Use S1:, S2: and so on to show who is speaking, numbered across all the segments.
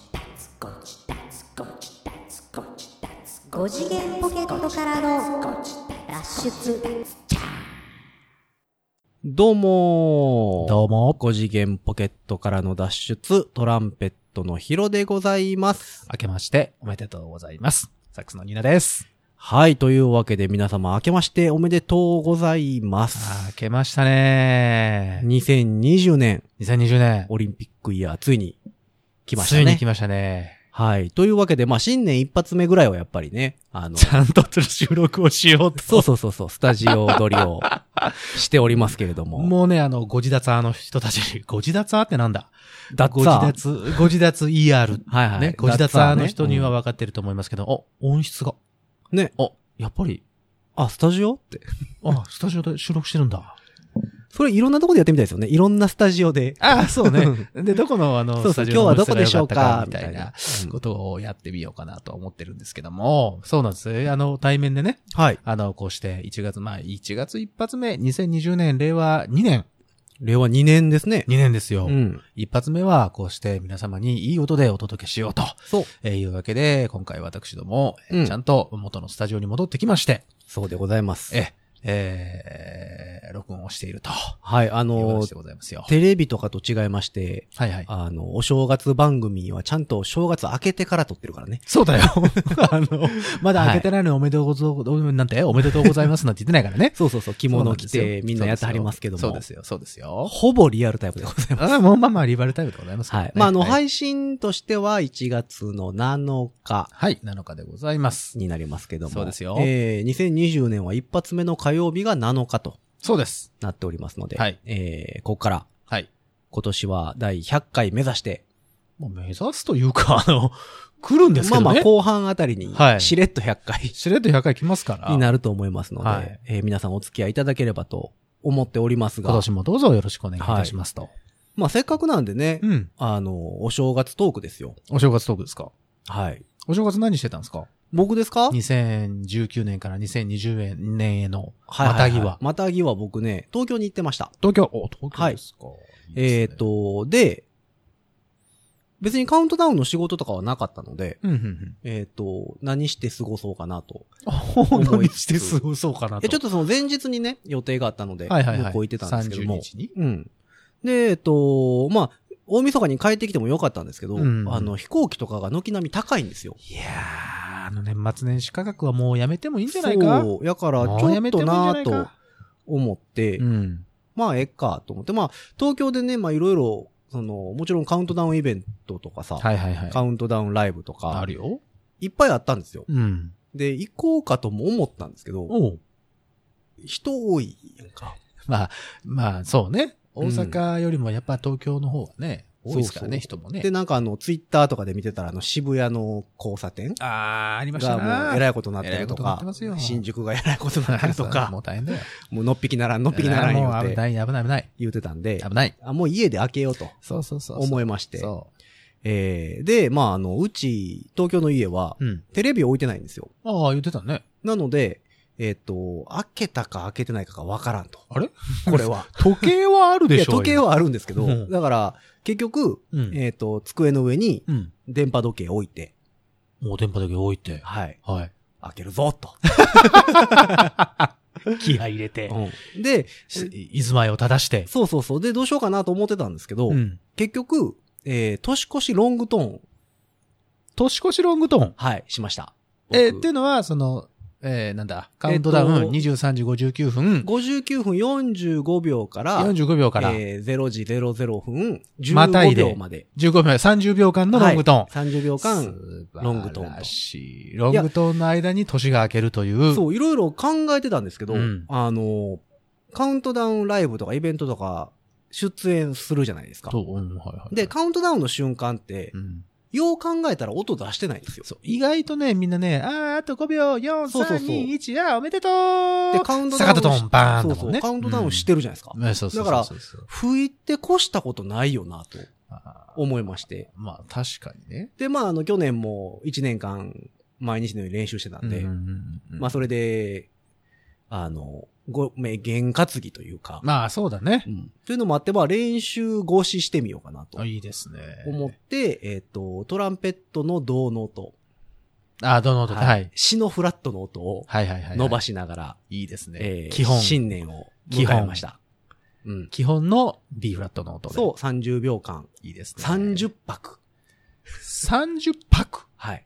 S1: ゴチダツゴチダツゴチダツ5次元ポケットからの脱出
S2: どうもー
S3: どうも、
S2: 5次元ポケットからの脱出、トランペットのヒロでございます。
S3: 明けましておめでとうございます。サックスのニーナです。
S2: はい、というわけで皆様明けましておめでとうございます。
S3: あー明けましたね
S2: 2020年、
S3: 2020年。
S2: オリンピックイヤー、ついに来ました
S3: ついに
S2: ね
S3: 来。ましたね。
S2: はい、というわけで、まあ新年一発目ぐらいはやっぱりね、あの、
S3: ちゃんと収録をしようと。
S2: そうそうそうそう、スタジオ撮りをしておりますけれども。
S3: もうね、あの、ご自立あの人たち、 ご自立あってなんだ
S2: だっ
S3: ご
S2: さ
S3: 自立、ご自立 ER。
S2: はいはい。
S3: ね、ご自立あの人には
S2: ね
S3: 分かってると思いますけど、お、音質が。
S2: うんね、
S3: あ、やっぱり、
S2: あ、スタジオって。
S3: あ、スタジオで収録してるんだ。
S2: それいろんなとこでやってみたいですよね。いろんなスタジオで。
S3: ああ、そうね。 で、どこの、あの、
S2: そう
S3: ス
S2: そう、
S3: タジ
S2: 今
S3: オ
S2: 日
S3: の
S2: は
S3: 音
S2: ど
S3: 質
S2: こ
S3: が
S2: で
S3: 良
S2: し
S3: か
S2: ょ
S3: っ
S2: う
S3: たか
S2: か
S3: み
S2: み
S3: た
S2: た
S3: い
S2: い
S3: な
S2: な。。
S3: ことをやってみようかなと思ってるんですけども、そうなんです。あの、対面でね、
S2: はい。
S3: あの、こうして1月、まあ、1月一発目、2020年、令和2年、
S2: 令和2年ですね。
S3: 2年ですよ。
S2: うん。
S3: 一発目は、こうして皆様にいい音でお届けしようと、
S2: そう。
S3: えーいうわけで、今回私ども、えー
S2: うん
S3: ちゃんと元のスタジオに戻ってきまして、
S2: そうでございます。
S3: え、えー録音をしていると、
S2: はい、あ
S3: いう
S2: の
S3: 話で、ございますよ。
S2: テレビとかと違いまして、
S3: はいはい。
S2: あの、お正月番組はちゃんと正月明けてから撮ってるからね。
S3: そうだ よ。あの、まだ開けてないのにおめでとうございます、なんて、おめでとうございますなんて言ってないからね。
S2: そうそうそう、着
S3: 着
S2: 物着てみんなやってはりますけども。
S3: そうですよ、そうです よ。
S2: ほぼリアルタイプでございます。
S3: あもうまあまあ、リバルタイムでございますけど
S2: は
S3: ね
S2: い。まあ、あの、
S3: はい。
S2: 配信としては1月の7日
S3: はい、7日でございます。
S2: になりますけども。
S3: そうですよ
S2: えー、2020年は一発目の火曜日が7日と
S3: そうです。
S2: なっておりますので、
S3: はい
S2: えー、ここから
S3: はい。
S2: 今年は第100回目指して、
S3: もう目指すというか、あの、 来るんですけ
S2: まあ
S3: どね。
S2: まあ後半あたりに
S3: は、い
S2: しれっと100回
S3: しれっと100回来ますから。
S2: になると思いますので、
S3: はい
S2: えー皆さんお付き合いいただければと思っております
S3: 今
S2: が、
S3: 年もどうぞよろしくお願いいたしますと。
S2: まあせっかくなんでね、
S3: うん。
S2: あの、お正月トークですよ。
S3: お正月トークですか
S2: はい。
S3: お正月何してたんですか
S2: 僕ですか
S3: ?2019 年から2020年への、
S2: はい
S3: またぎは。
S2: またぎは僕ね、東京に行ってました。
S3: 東京、お、東京ですか。いいですね
S2: えっ、、と、で、別にカウントダウンの仕事とかはなかったので、
S3: うん、うん、うん。
S2: えっ、と、何して過ごそうかなと。
S3: 何して過ごそうかなと。
S2: え、ちょっとその前日にね、予定があったので、
S3: はいはいはい。
S2: 向こう行ってたんですけど
S3: 30
S2: も。
S3: 日に
S2: うん。で、えっと、まあ、大晦日に帰ってきてもよかったんですけど、
S3: うん
S2: あの、飛行機とかが軒並み高いんですよ。
S3: いやー、あの年末年始価格はもうやめてもいいんじゃないか
S2: そう。やから、ち
S3: もうや
S2: ょっ
S3: めて
S2: と
S3: もいいんじゃな
S2: ないと
S3: か
S2: 思って、
S3: うん。
S2: まあ、えっかと思って、まあ、東京でね、まあ、いろいろ、その、もちろんカウントダウンイベントとかさ、
S3: はいはいはい。
S2: カウントダウンライブと
S3: あ
S2: か、
S3: るよ。
S2: いっぱいあったんですよ。
S3: うん。
S2: で、行こうかとも思ったんですけど、
S3: おう
S2: 人多いやんか。
S3: まあ、まあ、そうね。
S2: うん
S3: 大阪よりもやっぱ東京の方がね、多いですからね、
S2: そ
S3: 人もね
S2: で、。なんかあの、ツイッターとかで見てたら、あの、渋谷の交差点
S3: あー、ありました
S2: がもう、え
S3: な。
S2: らいことになってる
S3: え
S2: と
S3: らいことになっ
S2: か
S3: てますよ、
S2: 新宿がえらいことになってると
S3: も
S2: か
S3: う、大変だよ。
S2: もうのっぴきならん、のっぴきならん
S3: も
S2: 言
S3: う
S2: う
S3: 危
S2: て、
S3: ない、危ない、危ない。
S2: 言うてたんで
S3: 危、ない。
S2: あもう家で開けようと
S3: そうそうそう。
S2: 思
S3: い
S2: いまして。
S3: そ
S2: えーで、まあ、あの、うち、東京の家は、
S3: う。うん。
S2: テレビ置いてないんですよ。
S3: ああ、言ってたね。
S2: なので、えっと、開けたか開けてないかがわからんと。
S3: あれ
S2: これは。
S3: 時計はある
S2: い
S3: で
S2: や、
S3: しょ
S2: 時計。はあるんですけ
S3: う
S2: ど、
S3: ん
S2: だから、結局、
S3: 今うん。
S2: えっと、机の上に
S3: うん。
S2: 電波時計置いて、
S3: もう電波だけ置いて。
S2: はい。
S3: はい。
S2: 開けるぞ、 と。
S3: 気合い入れて。
S2: うんで、
S3: いずまいを正して。
S2: そうそうそう。で、どうしようかなと思ってたんですけど、
S3: うん。
S2: 結局、えー、年越しロングトーン、
S3: 年越しロングトーン。
S2: はい、しました。
S3: えー、っ
S2: 僕
S3: ていうのは、その、えー、なんだ、カウントダウ
S2: えっ
S3: ン
S2: と
S3: 23時59分、
S2: 59分45秒から、
S3: 45秒から
S2: えー、0時00分、
S3: また
S2: 15
S3: いで
S2: 秒まで。
S3: 15秒、30秒間のロングトーン。
S2: はい、30秒間。
S3: 素晴らしい
S2: ロング
S3: ロン
S2: トーンと
S3: グトーンの間に年が明けるという。
S2: そう、いろいろ考えてたんですけど、
S3: うん
S2: あの、カウントダウンライブとかイベントとか出演するじゃないですか。
S3: とうんはいはい
S2: で、カウントダウンの瞬間って
S3: う、ん
S2: よう考えたら音出してないんですよ。
S3: そう意外とね、みんなね、あー、あと5秒、4、
S2: そうそうそう
S3: 3、2、1、あー、おめでとう
S2: で、カウント
S3: サ
S2: ダウ
S3: カ
S2: ン
S3: タトン、バーン
S2: そう
S3: だも
S2: そ
S3: ん
S2: う、
S3: ね。
S2: カウントダウンしてるじゃないですか。
S3: うん。えそうそう
S2: だから
S3: そうそうそう
S2: 吹いて越したことないよな、と
S3: あー
S2: 思いまして。
S3: まあ、確かにね。
S2: で、まあ、あの、去年も1年間、毎日のように練習してたんで、
S3: うんうんうんうん
S2: まあ、それで、あの、ごめ、験担ぎというか、
S3: まあ、そうだね。
S2: うん。というのもあって、まあ、練習越ししてみようかなと
S3: あいいですね。
S2: 思って、えっ、と、トランペットの銅の音。
S3: あ、どの音で、はい。
S2: シのフラットの音を
S3: はいはいはいはい。
S2: 伸ば
S3: し。
S2: しながら、
S3: いいですね。
S2: えー
S3: 基本。
S2: 新年を迎えました。うん。
S3: 基本の B フラットの音で。
S2: そう、30秒間。
S3: う。いいですね。
S2: 30拍。
S3: 30拍。
S2: はい。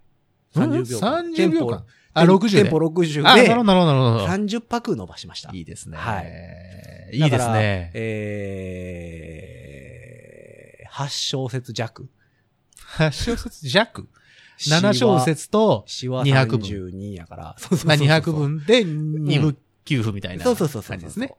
S3: うん
S2: 30秒間。
S3: 30秒間。あ、
S2: テンポ
S3: 60で。
S2: テンポ
S3: あ、
S2: 60
S3: な
S2: で
S3: るほど、なるほど、なるほど。
S2: 30拍伸ばしました。
S3: いいですね。。
S2: はい
S3: いいで
S2: だ
S3: す
S2: から
S3: ね。
S2: えー、8小節弱。
S3: 8小節弱。7小節 と、
S2: 詩は。詩は
S3: 200分
S2: 32やから。 そうそうそう
S3: まあ、200。分で2部給付みたいな感
S2: そうそうそうそう。
S3: じですね。。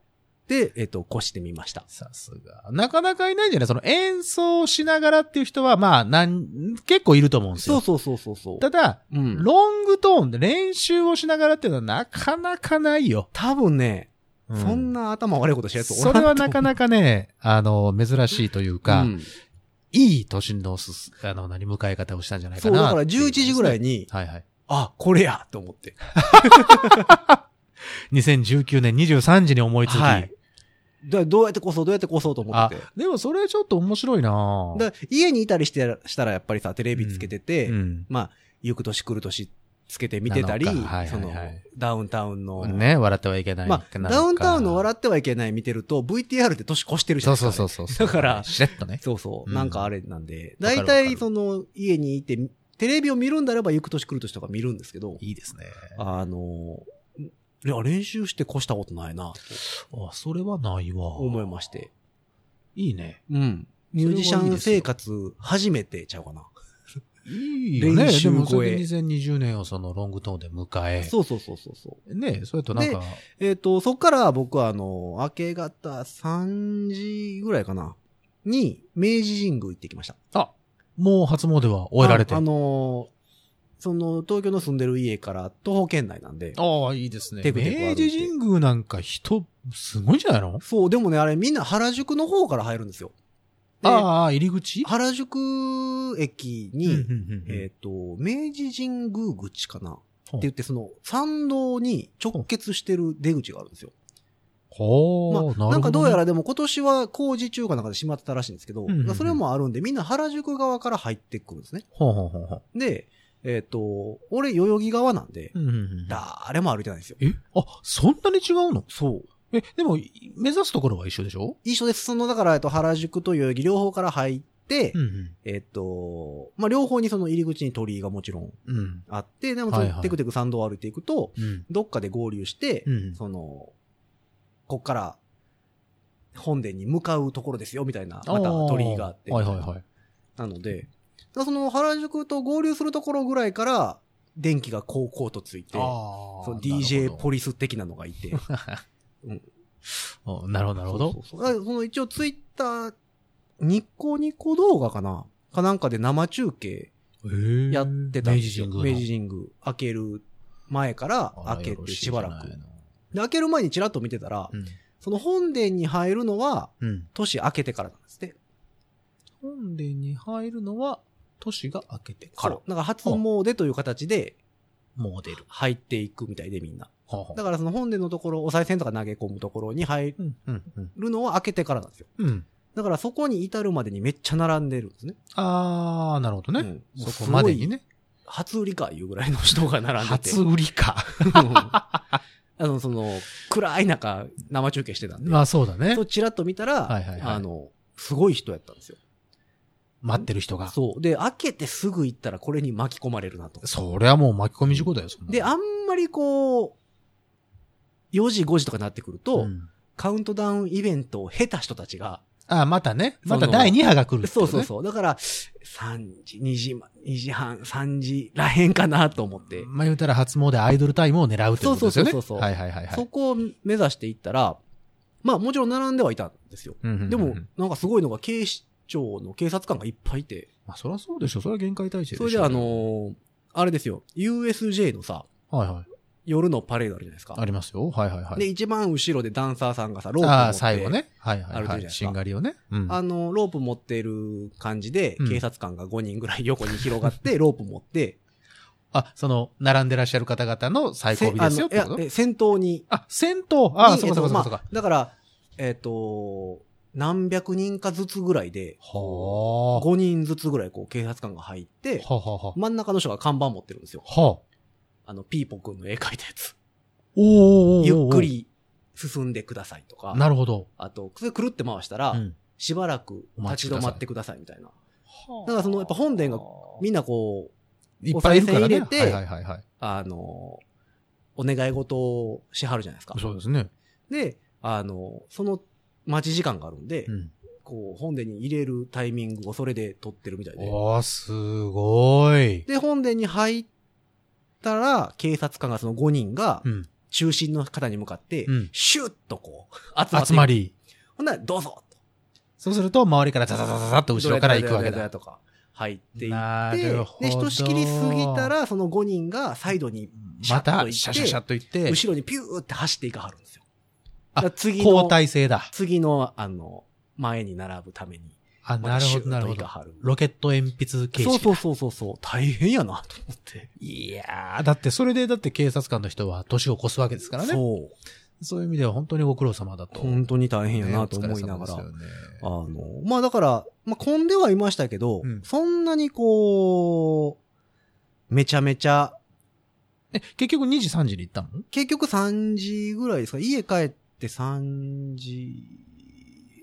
S2: で、えっ、と、越してみました。
S3: さすが。なかなかいないんじゃないその演奏しながらっていう人は、まあ、なん、結構いると思うんです
S2: そう
S3: よ。
S2: そうそうそうそう。
S3: ただ、
S2: うん。
S3: ロングトーンで練習をしながらっていうのはなかなかないよ。
S2: 多分ね、
S3: う
S2: そんな頭悪いことしたやつ
S3: それはなか
S2: な
S3: なかね、あの、珍しいというか、いい年のすす、あの、何、迎え方をしたんじゃないか
S2: そう、
S3: な。
S2: だから11時ぐらい
S3: に。
S2: に、
S3: はいはい。
S2: あ、これやと思って。
S3: 2019年23時に思いつき。
S2: はい。だからどうやってこそう、どうやってこそうと思って。
S3: でもそれちょっと面白いなぁ
S2: だから家にいたりしてしたらやっぱりさ、テレビつけてて、
S3: うん。
S2: まあ、行く年来る年つけて見てたり、
S3: なのかはいはいはい
S2: その、ダウンタウンの、
S3: ね、笑ってはいけない。
S2: まあ、ダウンタウンの
S3: っ
S2: 笑ってはいけない見てると、VTR で年越してるじゃ
S3: そ
S2: な
S3: う
S2: い
S3: そう
S2: ですか。
S3: そううそう。
S2: だから
S3: しれっとね。
S2: そうそうう。
S3: ん
S2: なんかあれなんで、
S3: わかる
S2: 大
S3: わかる
S2: 体その、家にいて、テレビを見るんだれば、行く年来る年とか見るんですけど、
S3: いいですね。あ、
S2: あの、いや、練習して越したことないな、と
S3: それはないわ。
S2: 思いまして。
S3: いいね。
S2: うん。ミュージシャン生活、初めてちゃうかな。
S3: いいよね。
S2: 練
S3: で
S2: 習超え
S3: も、それで2020年をそのロングトーンで迎え。
S2: そうそうそうそうそう。
S3: ね、それとなんか、
S2: えっ、と、そっから僕はあの、明け方3時ぐらいかな、に、明治神宮行ってきました。
S3: あ、もう初詣は終えられて。
S2: ああ
S3: あ
S2: のーその、東京の住んでる家から徒歩圏内なんで。
S3: あ、いいですね。
S2: テクテク歩
S3: 明
S2: いて
S3: 治神宮なんか人、すごいんじゃないの
S2: そう、でもね、あれみんな原宿の方から入るんですよ。で
S3: ああ、入り口
S2: 原宿駅に、
S3: うんうんうん
S2: えっ、と、明治神宮口かなって
S3: ほう
S2: 言って、その、参道に直結してる出口があるんですよ。まあ
S3: ほう、
S2: なんかどうや
S3: ら、
S2: らでも今年は工事中華なんかで閉まってたらしいんですけど、
S3: うんうんうん
S2: それもあるんで、みんな原宿側から入ってくるんですね。
S3: ほうほうほうほう。
S2: で、えっ、と、俺、代々木側なんで、
S3: うんうんうん
S2: 誰も歩いてないんですよ。
S3: えあ、そんなに違うの
S2: そう。
S3: え、でも、い目指すところは一緒でしょ
S2: 一緒です。その、だから、えっと、原宿と代々木両方から入って、
S3: ん
S2: えっと、まあ、両方にその入り口に鳥居がもちろん
S3: うん。うん。
S2: あって、でも、
S3: はいはい
S2: テクテク参道を歩いていくと、
S3: うん。
S2: どっかで合流して、
S3: うん。
S2: その、こっから、本殿に向かうところですよ、みたいな、また鳥居があって。
S3: はいはいはい。
S2: なので、だからその原宿と合流するところぐらいから、電気がこうこうとついて、
S3: あ
S2: その DJ ポリス的なのがいて。
S3: なるほど、なるほど
S2: そ。うそうそうだからその一応ツイッター、ニコニコ動画かなかなんかで生中継
S3: へえ
S2: やってたん
S3: 明
S2: です
S3: 治
S2: よ。
S3: 神宮の。
S2: 明治神宮。開ける前から開けてしばらく。
S3: あ
S2: で
S3: よ、
S2: 開ける前にチラッと見てたら、
S3: ろしいじゃない
S2: その本殿に入るのは、
S3: のうん。
S2: 年明けてからなんですって。
S3: 本殿に入るのは、都市が明けてか
S2: からら。。なんか初詣という形で
S3: もう出る。
S2: 入っていくみたいでみんな。
S3: ほうほう
S2: だからその本殿のところ、お賽銭とか投げ込むところに入
S3: うん、うん、うん。
S2: るのは開けてからなんですよ。
S3: うん。
S2: だからそこに至るまでにめっちゃ並んでるんですね。
S3: あー、なるほど
S2: う
S3: ね。
S2: んもう
S3: そこまでにね。
S2: 初売りかいうぐらいの人が並んでて。
S3: 初売りか。
S2: うんあの、その、暗い中、生中継してたんで。
S3: まあそうだね
S2: そう、。チラッと見たら、
S3: はいはいはい
S2: あの、すごい人やったんですよ。
S3: 待ってる人が。
S2: そう。で、開けてすぐ行ったらこれに巻き込まれるなと。
S3: そりゃもう巻き込み事故だよ、そんなの
S2: で、あんまりこう、4時5時とかになってくると、
S3: うん
S2: カウントダウンイベントを下手した人たちが、
S3: ああ、またね。
S2: その
S3: また第2波が来るってこ
S2: そう
S3: とね、
S2: そうそう。だから、3時、2時ま、2時半、3時らへんかなと思って、
S3: まあ言うたら初詣アイドルタイムを狙うってことですよね。
S2: そうそうそうそう
S3: はいはいはいは
S2: そ
S3: い。
S2: こを目指していったら、まあもちろん並んではいたんですよ。
S3: うんうんうん
S2: でも、なんかすごいのが警視庁の警察官がいっぱいいて、
S3: まあそりゃそうでしょ。それは限界体制でし
S2: そ
S3: ょ。
S2: れであ、のーあれですよ、USJ のさ、
S3: はいはい。
S2: 夜のパレードあるじゃないですか
S3: あ。りますよ。はいはいはい。
S2: で、一番後ろでダンサーさんがさ、ロープ持って
S3: ああ、最後。ね。はいは
S2: あ
S3: い
S2: るじゃ
S3: は
S2: な
S3: い。
S2: いですか
S3: しんがりをね。うん。
S2: あの、ロープ持ってる感じで
S3: うん、
S2: 警察官が5人ぐらい横に広がって、ロープ持って、
S3: あ、その、並んでらっしゃる方々の最後尾ですよってこ
S2: せあのい
S3: と
S2: やえ先頭に。
S3: あ、先頭。あ、
S2: に
S3: そうかそうかそうかそうか。
S2: えっとまあだから、えっと、何百人かずつぐらいで、
S3: は
S2: 5人ずつぐらいこう警察官が入って
S3: あ。、はあはあは
S2: 真ん中の人が看板持ってるんですよ。
S3: あ。はあ。
S2: あの、ピーポくんの絵描いたやつ。
S3: おーおーおーおー
S2: ゆっく。り進んでくださいとか、
S3: なるほど。
S2: あと、くるって回したら、
S3: うん。
S2: しばらく
S3: お待ち
S2: 立ち
S3: くだ
S2: 止
S3: さい
S2: まってくださいみたいな。だからその、やっぱ本殿がみんなこう、
S3: いっぱいいるからね。
S2: お賽銭入れて
S3: はいはいはいはい。
S2: あの、お願い事をしはるじゃないですか。
S3: そうですね。
S2: で、あの、その待ち時間があるんで、
S3: うん。
S2: こう、本殿に入れるタイミングをそれで取ってるみたいで。
S3: おー、すごい。
S2: で、本殿に入ったら、警察官がその5人が
S3: う、ん。
S2: 中心の方に向かって、
S3: うん
S2: シュッとこう、集まって。
S3: 集ま。り。
S2: ほんなら、どうぞ
S3: そうすると、周りからザザザザザっと後ろから行くわけ
S2: ドヤ
S3: だ。
S2: ドヤドヤドヤとか、入っていっ
S3: な
S2: て、
S3: る
S2: で
S3: ほ、ど。
S2: ひとしきり過ぎた、ら、その5人がサイドに、
S3: また、シ
S2: シ
S3: ャ
S2: ャッと行
S3: シャ
S2: って
S3: シャッと行って、
S2: 後ろにピューって走っていかはるんですよ。
S3: あ
S2: だから次の
S3: 交代制だ。
S2: 次の、あの、前に並ぶために。
S3: あ、なるほど、なるほど。
S2: ど。
S3: ロケット鉛筆形式。
S2: そうそうそうそうそう。大変やな、と思って。
S3: いやー、だってそれで、だって警察官の人は年を越すわけですからね。そう
S2: そう。
S3: いう意味では本当にご苦労様だと。
S2: 本当に大変や
S3: ね
S2: な、と思いなが。ら。
S3: お
S2: あ
S3: 疲れ様ですよね
S2: の、まあだから、まあ混んではいましたけど、
S3: うん
S2: そんなにこう、めちゃめちゃ、
S3: え、結局2時3時に行ったの
S2: 結局3時ぐらいですか家帰って3時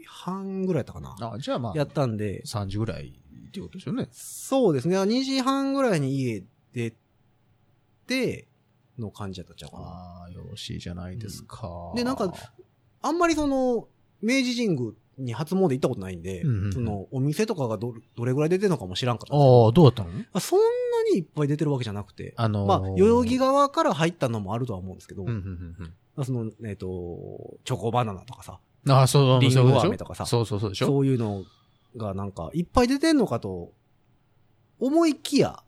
S2: 半ぐらいやったかな。
S3: あ、じゃあまあ、
S2: やったんで、
S3: 3時ぐらいっていうことですよね。
S2: そうですね。2時半ぐらいに家出て、の感じやったんちゃうかな。
S3: ああ、よろしいじゃないですか。
S2: んでなんかあんまりその、明治神宮に初詣行ったことないんで、
S3: うんうんうん
S2: その、お店とかがど、どれぐらい出てるのかも知らんかったんですけど
S3: ああ、どうだったの
S2: まあそんなにいっぱい出てるわけじゃなくて、
S3: あのー
S2: まあ、代々木側から入ったのもあるとは思うんですけど、
S3: うん、うん、うん
S2: まあその、えっ、と、チョコバナナとかさ、
S3: うん。ああ、そう、
S2: リンゴ
S3: そういう
S2: 飴
S3: ことと
S2: か
S3: でしょ
S2: さ
S3: そうそうそうでしょ
S2: そういうのがなんか、いっぱい出てんのかと、思いきや、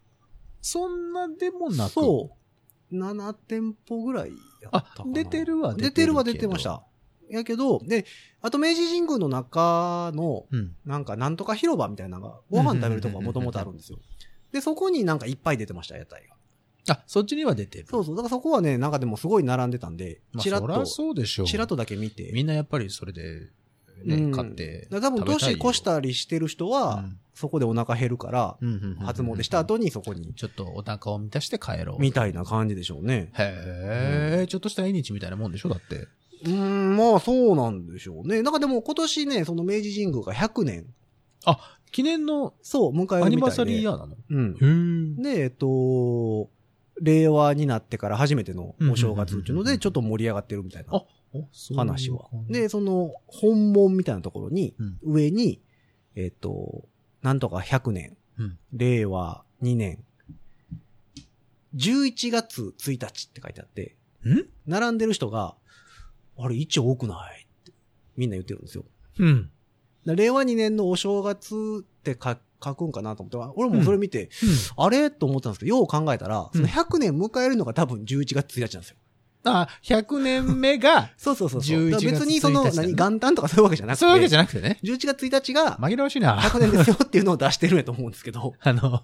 S3: そんなでもなく。
S2: そう、7店舗ぐらいやった
S3: あ
S2: か、な。
S3: 出てるは
S2: 出てるは出
S3: け
S2: て
S3: ど
S2: まし。た。やけど、で、あと明治神宮の中の、
S3: うん。
S2: なんか、なんとか広場みたいなのが、ご飯食べるとこがもともとあるんですよ。で、そこになんかいっぱい出てました、屋台が。
S3: あ、そっちには出てる。
S2: そうそう。だからそこはね、なんかでもすごい並んでたんで、
S3: まあ、
S2: チラ
S3: そりゃ
S2: ッ
S3: そうでしょ
S2: と、
S3: う。
S2: チラッとだけ見て。
S3: みんなやっぱりそれで、
S2: う
S3: ね、
S2: ん
S3: 買って。
S2: だから多分、年越したりしてる人
S3: た
S2: は、そこでお腹減るから、
S3: 初
S2: 初詣した。後にそこに、
S3: ちょっとお腹を満たして帰ろう。
S2: みたいな感じでしょうね。
S3: へえ、ちょっとした縁日みたいなもんでしょだって。
S2: うーん、まあそうなんでしょうね。なんかでも今年ね、その明治神宮が100年、
S3: 記念の
S2: そう、迎え
S3: ア
S2: るみたいで。
S3: ニバーサリーイヤーなの
S2: うん。
S3: へ
S2: で、えっと、令和になってから初めてのお正月っていうの
S3: うんうんうんうん
S2: で、ちょっと盛り上がってるみたいな
S3: あえ。
S2: 話は。
S3: で、
S2: で、その、本門みたいなところに
S3: うん、
S2: 上に、えっと、なんとか100年
S3: うん、
S2: 令和2年、11月1日って書いてあって、
S3: ん
S2: 並んでる人が、あれ、1多くないってみんな言ってるんですよ。
S3: うん。
S2: だ令和2年のお正月って書書くんかなと思って、俺もそれ見て、あれと思ったんですけど、よう考えたら、その100年迎えるのが多分11月1日なんですよ。
S3: あ、100年目が、
S2: そうそうそうそう。
S3: 11
S2: だから別にそ
S3: 月
S2: の、
S3: 1日だね
S2: 何、元旦とかそういうわけじゃなくて、
S3: そういうわけじゃなくてね。
S2: 11月1日が
S3: 紛らわしいな。、
S2: 100年ですよっていうのを出してるんやと思うんですけど
S3: あの、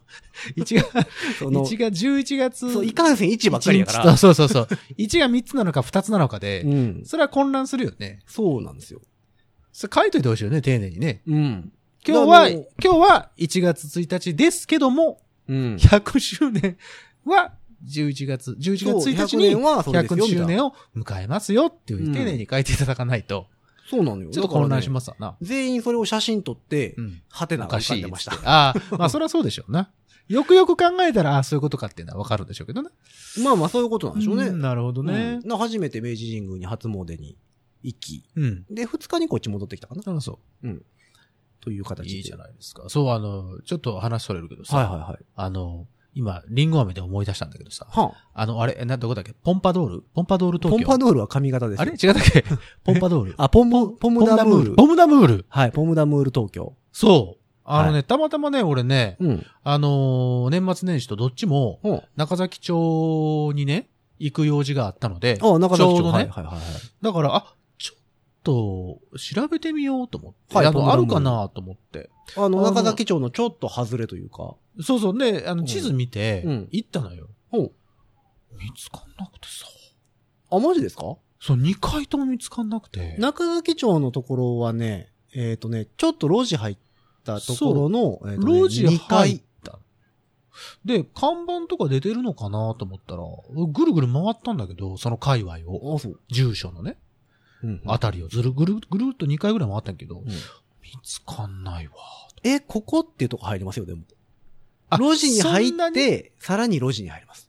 S3: 1が、
S2: その、
S3: 1が11月。
S2: そういかんせん1ばっかりやから。
S3: そうそう そうそう。1が3つなのか2つなのかで
S2: う、ん。
S3: それは混乱するよね。
S2: そうなんですよ。
S3: それ書いといてほしいよね、丁寧にね。
S2: うん。
S3: 今日は、
S2: だから
S3: 今
S2: も
S3: 日は1月1日ですけども、
S2: うん。
S3: 100周年は11月、11月1日
S2: そう100年
S3: に
S2: はそれです
S3: 100
S2: よ。
S3: 周
S2: みた
S3: 年を迎え
S2: いな
S3: ますよっていうう、
S2: ん
S3: 丁寧に書いていただかないと、
S2: そうなのよ。
S3: ちょっと混乱し
S2: だからね
S3: ますわな。
S2: 全員それを写真撮って
S3: う、ん。
S2: ハテナ
S3: お
S2: が
S3: か
S2: 浮か
S3: し
S2: ん
S3: い
S2: で
S3: っ
S2: まし
S3: つ
S2: た
S3: って。。ああ、まあそれはそうでしょうな。よくよく考えたら、ああ、そういうことかっていうのはわかるんでしょうけどね。
S2: まあまあそういうことなんでしょうね。
S3: んなるほどね
S2: うん。な初めて明治神宮に初詣に行き、
S3: うん。
S2: で、二日にこっち戻ってきたかな
S3: そうそう。
S2: という形で。
S3: いいじゃ
S2: ない
S3: ないですか。そう、あの、ちょっと話それるけどさ、
S2: はいはいはい。
S3: あの、今、リンゴ飴で思い出したんだけどさ、
S2: はあ、
S3: あの、あれ、えな、どこだっけポンパドールポンパドール東
S2: ポ
S3: 京
S2: ンパドールは髪型ですよ。
S3: あれ違うだっけポンパドール。
S2: あ、ポンム、ポム
S3: ポン
S2: ダ
S3: ダム
S2: ムー
S3: ー
S2: ル
S3: ル。。ポムダムール。
S2: はい、ポムダムール東京。
S3: そう。あのね、
S2: は
S3: たまたまね、俺ね、
S2: うん。
S3: あのー年末年始とどっちも、
S2: ほう
S3: 中崎町にね、行く用事があったので、
S2: あ、中崎
S3: ち
S2: 町
S3: ょうどね
S2: はいはいはいはい。
S3: だから、あ、ちょっと、調べてみようと思って、
S2: はい
S3: あ
S2: ポ
S3: の、
S2: ムダ
S3: あ
S2: ムー
S3: る
S2: ル
S3: かなと思って。
S2: あの、
S3: あの
S2: 中崎町のちょっと外れというか。
S3: そうそう、ね、あ
S2: う
S3: の、
S2: ん
S3: 地図見て
S2: うん、
S3: 行ったのよ。
S2: ほう。
S3: 見つかんなくてさ。
S2: あ、マジですか
S3: そう、2回とも見つかんなくて。
S2: 中垣町のところはね、えっ、とね、ちょっと路地入ったところの、えーとね
S3: 路地
S2: 2
S3: 入っ
S2: 階。
S3: た。で、看板とか出てるのかなと思ったら、ぐるぐる回ったんだけど、その界隈を、
S2: あ、そう。
S3: 住所のね、
S2: うん
S3: あたりをずるぐるぐるっと2回ぐらい回ったけど、
S2: ん
S3: 見つかんないわ。
S2: え、ここっていうとこ入りますよ、でも。
S3: あ
S2: 路地に入
S3: そんな
S2: っ
S3: に
S2: て、さらに路地に入ります。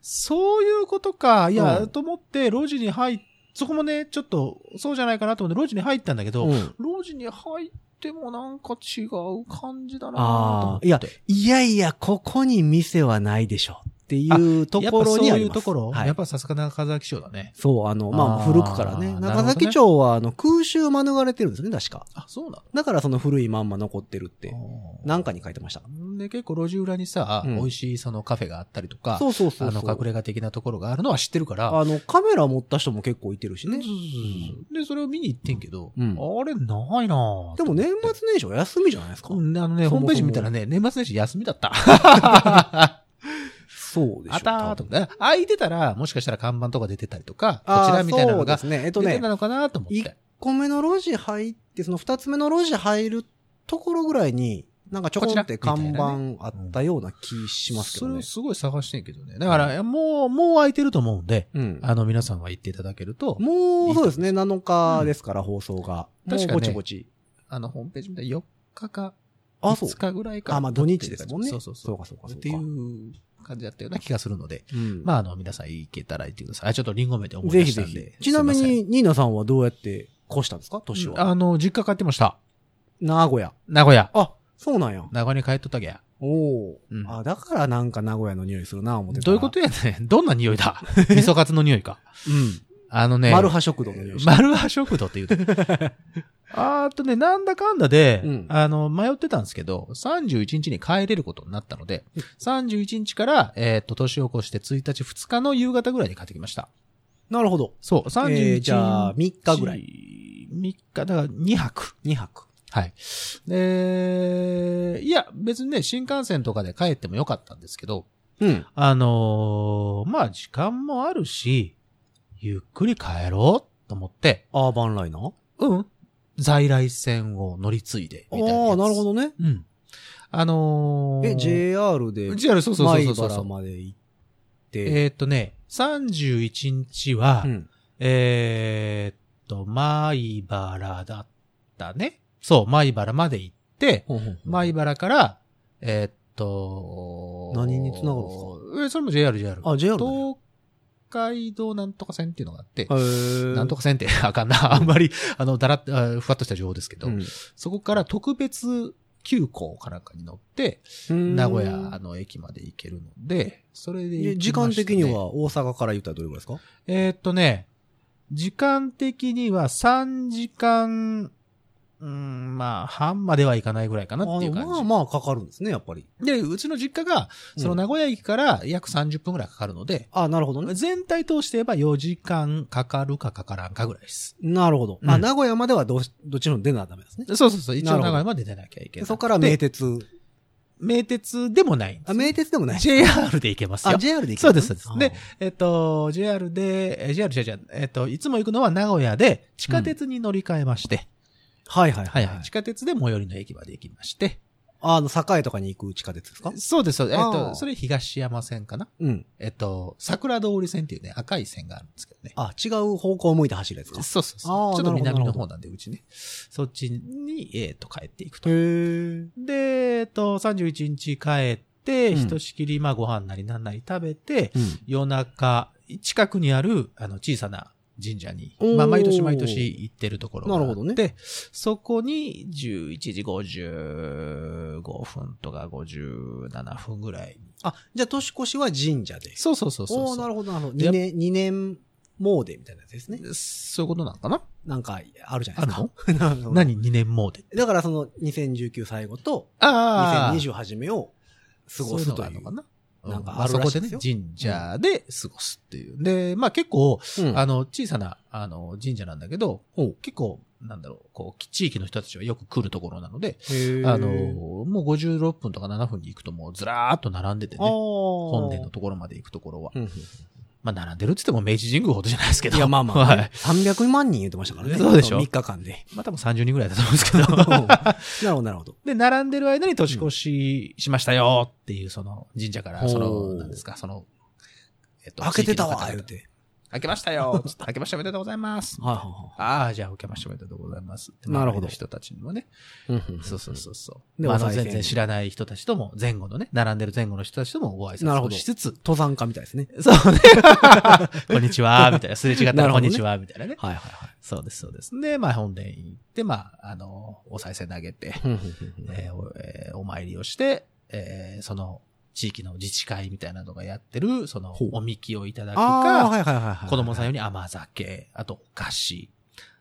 S3: そういうことか。いや、
S2: うん
S3: と思って、路地に入っ、そこもね、ちょっと、そうじゃないかなと思って、路地に入ったんだけど、
S2: うん
S3: 路地に入ってもなんか違う感じだなと思っ
S2: ああ、
S3: て。
S2: いや、いやいや、ここに店はないでしょ。っていうところにあり
S3: やっぱそういう
S2: ます。
S3: ところ、
S2: はい
S3: やっぱさすが中崎町だね。
S2: そう、あの、ま
S3: あ
S2: あ、
S3: ー
S2: 古くから
S3: な
S2: ね。
S3: るほどね
S2: 中崎町は、あの、空襲免れてるんですよね、確か。
S3: あ、そうなの
S2: だからその古いまんま残ってるって、
S3: な
S2: なんかに書いてました。
S3: で、結構路地裏にさ、
S2: うん
S3: 美味しいそのカフェがあったりとか、
S2: そうそうそうそう。
S3: あの隠れ家的なところがあるのは知ってるから、
S2: あの、カメラ持った人も結構いてるしね
S3: ず。ずずずで、それを見に行ってんけど、
S2: うん
S3: あれないなぁ
S2: でも年末年始は休みじゃないですか。
S3: うんあのね、
S2: そもそも
S3: ホームページ見たらね、年末年始休みだった。
S2: そうでしょ。
S3: あたー
S2: 多
S3: と
S2: 分
S3: 思って。空いてたら、もしかしたら看板とか出てたりとか、こ
S2: あー
S3: ちらみたいなのが
S2: そ、うですね。えっ
S3: 出
S2: と
S3: て
S2: ね
S3: た、のかなと思っ
S2: 一
S3: て。
S2: 個目の路地入って、その二つ目の路地入るところぐらいに、なんかちょこんって
S3: こちらみた
S2: 看
S3: いなね
S2: 板あったような気しますけどね
S3: それを。すごい探してんけどね。だから、もう、もう空いてると思うんで、
S2: うん。
S3: あの、皆さんは行っていただけると、
S2: もう、そうですね、7日ですから、放送が。
S3: うん確かね
S2: もうぼちぼち。
S3: あの、ホームページみたいな4日か、
S2: あ、そう
S3: 5。日ぐらいか。
S2: あ、まあ土日ですもんね。
S3: そうそうそう。
S2: か、そうか、
S3: っ
S2: そう
S3: て
S2: か。
S3: いう感じだったような気がするので、
S2: うん
S3: まあ、あの、皆さん行けたら行ってください。あ、ちょっとリンゴ目で思い
S2: ぜ
S3: 出
S2: ひ
S3: した
S2: ぜ
S3: んで。
S2: ひ。ちなみ
S3: すい
S2: に、ニーナさんはどうやって越したんですか
S3: ませ
S2: 年
S3: ん、
S2: は。
S3: あの、実家帰ってました。
S2: 名古屋。
S3: 名古屋。
S2: あ、そうなんや。
S3: 名古屋に帰っとったげ。
S2: おお
S3: う
S2: ー、
S3: ん
S2: あ、だからなんか名古屋の匂いするな、思ってた
S3: どういうことやねん。どんな匂いだ 味噌カツの匂いか。
S2: うん。
S3: あのね。
S2: マルハ食堂の匂いして。
S3: マルハ食堂って言う と。あーとね、なんだかんだで、
S2: うん
S3: あの、迷ってたんですけど、31日に帰れることになったので、31日から、えーっと、年を越して1日、2日の夕方ぐらいに帰ってきました。
S2: なるほど。
S3: そう、31日、
S2: えーじゃあ、3日ぐらい。
S3: い。3日、だから2泊。
S2: 2泊。
S3: はい。で、いや、別にね、新幹線とかで帰ってもよかったんですけど、
S2: うん。
S3: あのーまあ、時間もあるし、ゆっくり帰ろうと思って、
S2: アーバンライナー
S3: うん。在来線を乗り継いで、
S2: あ
S3: みたいなやつ。
S2: あ、なるほ。どね。
S3: うん。あのー、
S2: え、JR で、
S3: JR、そうそうそうそう
S2: 前
S3: そ
S2: 原
S3: う。
S2: まで行って、
S3: えーっとね、31日は、
S2: うん。
S3: えーっと、米原だったね。そう、米原まで行って、
S2: ほんほんほん
S3: 米原から、えーっと、
S2: 何に繋がる
S3: んですかえ、それも JR、JR。
S2: あ、JR だね。
S3: 東海道なんとか線っていうのがあって、な
S2: なん
S3: とか線って あかん な。あんまり、あの、だらっあふわっとした情報ですけど、
S2: うん
S3: そこから特別急行かなんかに乗って、名古屋の駅まで行けるので、それで
S2: で
S3: 行き
S2: 時
S3: ま
S2: 間
S3: したね
S2: 的には大阪から言ったらどれぐらいですか
S3: えーっとね、時間的には3時間、うん、まあ、半まではいかないぐらいかなっていう感じ。
S2: あまあまあかかるんですね、やっぱり。
S3: で、うちの実家が、その名古屋駅から約30分ぐらいかかるので、
S2: あなるほどね。
S3: 全体通して言えば4時間かかるかかからんかぐらいです。
S2: なるほど。
S3: う
S2: あ、
S3: ん
S2: 名古屋まではどうしどっちも出なダメですね。
S3: そうそうそう。一
S2: な
S3: 応
S2: るほど
S3: 名古屋まで出なきゃいけ
S2: で
S3: ない。
S2: そこから名
S3: で
S2: 鉄。
S3: 名鉄でもないんです
S2: あ、名鉄でもない。
S3: JR で行けますよ
S2: あ、。JR で行け
S3: そうですそうです
S2: あー
S3: でえっと、JR で、え JR じゃじゃ、えっと、いつも行くのは名古屋で、地下鉄に乗り換えまして、
S2: はいはい
S3: は
S2: はいい
S3: は。
S2: はいい
S3: 地。下鉄で最寄りの駅まで行きまして、
S2: あの、栄とかに行く地下鉄ですか
S3: そうです、そうです。えっ
S2: あ
S3: と、
S2: ー
S3: それ東山線かな
S2: うん。
S3: えっと、桜通り線っていうね、赤い線があるんですけどね。
S2: あ、違う方向を向いて走るやつか。
S3: そうそう
S2: あ
S3: そう。
S2: ー
S3: ちょっと
S2: なるほど
S3: 南の方なんで、うちね。そっちに、えっと、帰っていくと。
S2: へ
S3: で、えっと、31日帰って、
S2: うん
S3: ひとしきり、まあ、ご飯なりなんなり食べて、
S2: うん。
S3: 夜中、近くにある、あの、小さな神社に
S2: お、ー
S3: まあ、毎年毎年行ってるところがあって、
S2: なるほど
S3: で、そこに、11時55分とか57分ぐらいに。
S2: あ、じゃあ年越しは神社で。
S3: そうそうそうそう
S2: おーなる
S3: ほ
S2: ほどなるほど。
S3: でや
S2: 2
S3: っ
S2: 年、二年詣みたいなやつですね。
S3: ど。そういうことなのかな
S2: なんか、あるじゃな
S3: あ
S2: い
S3: る
S2: ですか
S3: の。
S2: なるほど
S3: 何 ?2 年もうで。
S2: だからその2019最後と
S3: あ
S2: 2020初めを過ご
S3: そう
S2: す
S3: いうの
S2: と
S3: があ
S2: い
S3: る
S2: う。
S3: のかな
S2: うんなんか
S3: ま
S2: あ
S3: あ
S2: る
S3: そ
S2: ら
S3: こ
S2: し
S3: で
S2: いです
S3: ね、
S2: よ
S3: 神社で過ごすっていう。で、まあ結構、
S2: うん
S3: あの、小さな、あの、神社なんだけど、結構、なんだろう、こう、地域の人たちはよく来るところなので、
S4: へー
S3: あの、もう56分とか7分に行くともうずらーっと並んでて
S4: あー
S3: ね、本殿のところまで行くところは。
S4: うんうん
S3: まあ、並んでるって言っても明治神宮ほどじゃないですけど。
S4: いや、まあまあ、
S3: はい。
S4: 300万人言ってましたからね。
S3: そうでしょ
S4: ?3 日間で。
S3: まあ、多分30人ぐらいだと思うんですけ
S4: なるほ
S3: ど。
S4: ど、なるほど。
S3: で、並んでる間に年越ししましたよっていう、その神社から、そ
S4: ほ
S3: の、
S4: う
S3: なんですか、その、えっと
S4: 開けてた
S3: 地
S4: わ、
S3: 域の
S4: 言う
S3: 方々
S4: て。
S3: 開けました よつって開けましておめでとうございます。
S4: はいは
S3: ああ、じゃあ、明けましておめでとうございます。って
S4: なるほど
S3: 周りの人たちにもね。
S4: いはい。
S3: そうそうそうそう。
S4: で
S3: まあ、あの
S4: お賽銭
S3: 全然知らない人たちとも、前後のね、並んでる前後の人たちともご挨
S4: なる
S3: 拶
S4: ほ
S3: を
S4: ど
S3: しつつ、
S4: 登山家みたいですね。
S3: そうね。こんにち は、みたいな。すれ違った
S4: な
S3: らこ
S4: るほ
S3: ん
S4: どね
S3: にちは、みたいなね。
S4: はいはいはい。
S3: そうです、そうです。で、まあ、本殿行って、まあ、あの、お賽銭投げて、えーおえーお参りをして、えーその、地域の自治会みたいなのがやってる、その
S4: ほう、
S3: おみきをいただく
S4: ああ、
S3: か、
S4: はいはいはいはい。
S3: 子供さん用に甘酒、あとお菓子、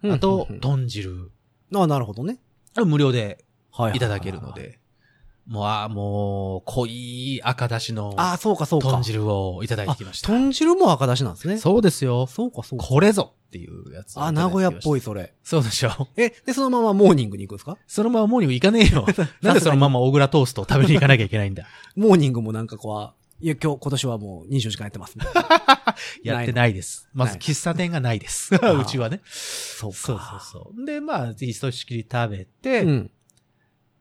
S4: うん
S3: あと
S4: うんうん、
S3: 豚汁、
S4: ああ、なるほどね。
S3: あと無料で
S4: はい
S3: いただけるの。で、もう、ああ、もう、濃い赤だしの
S4: ああ、そうかそうか。
S3: 豚汁をいただいてきました。
S4: 豚汁も赤だしなんですね。
S3: そうですよ。
S4: そうかそうか。
S3: これぞっていうやつをいただいて
S4: あ、
S3: きました。
S4: 名古屋っぽ
S3: い。
S4: い、それ。
S3: そうでしょ。
S4: え、で、そのままモーニングに行くんですか
S3: そのままモーニング行かねえ よ。なんでそのまま小倉トーストを食べに行かなきゃいけないんだ。
S4: モーニングもなんかこう、いや、今日、今年はもう24時間やってます。
S3: やってないです。まず
S4: ない
S3: 喫茶店がないです。
S4: あー
S3: うちはね。
S4: そうか。
S3: そうそうそう。で、まあ、ひとしきり食べて、
S4: うん。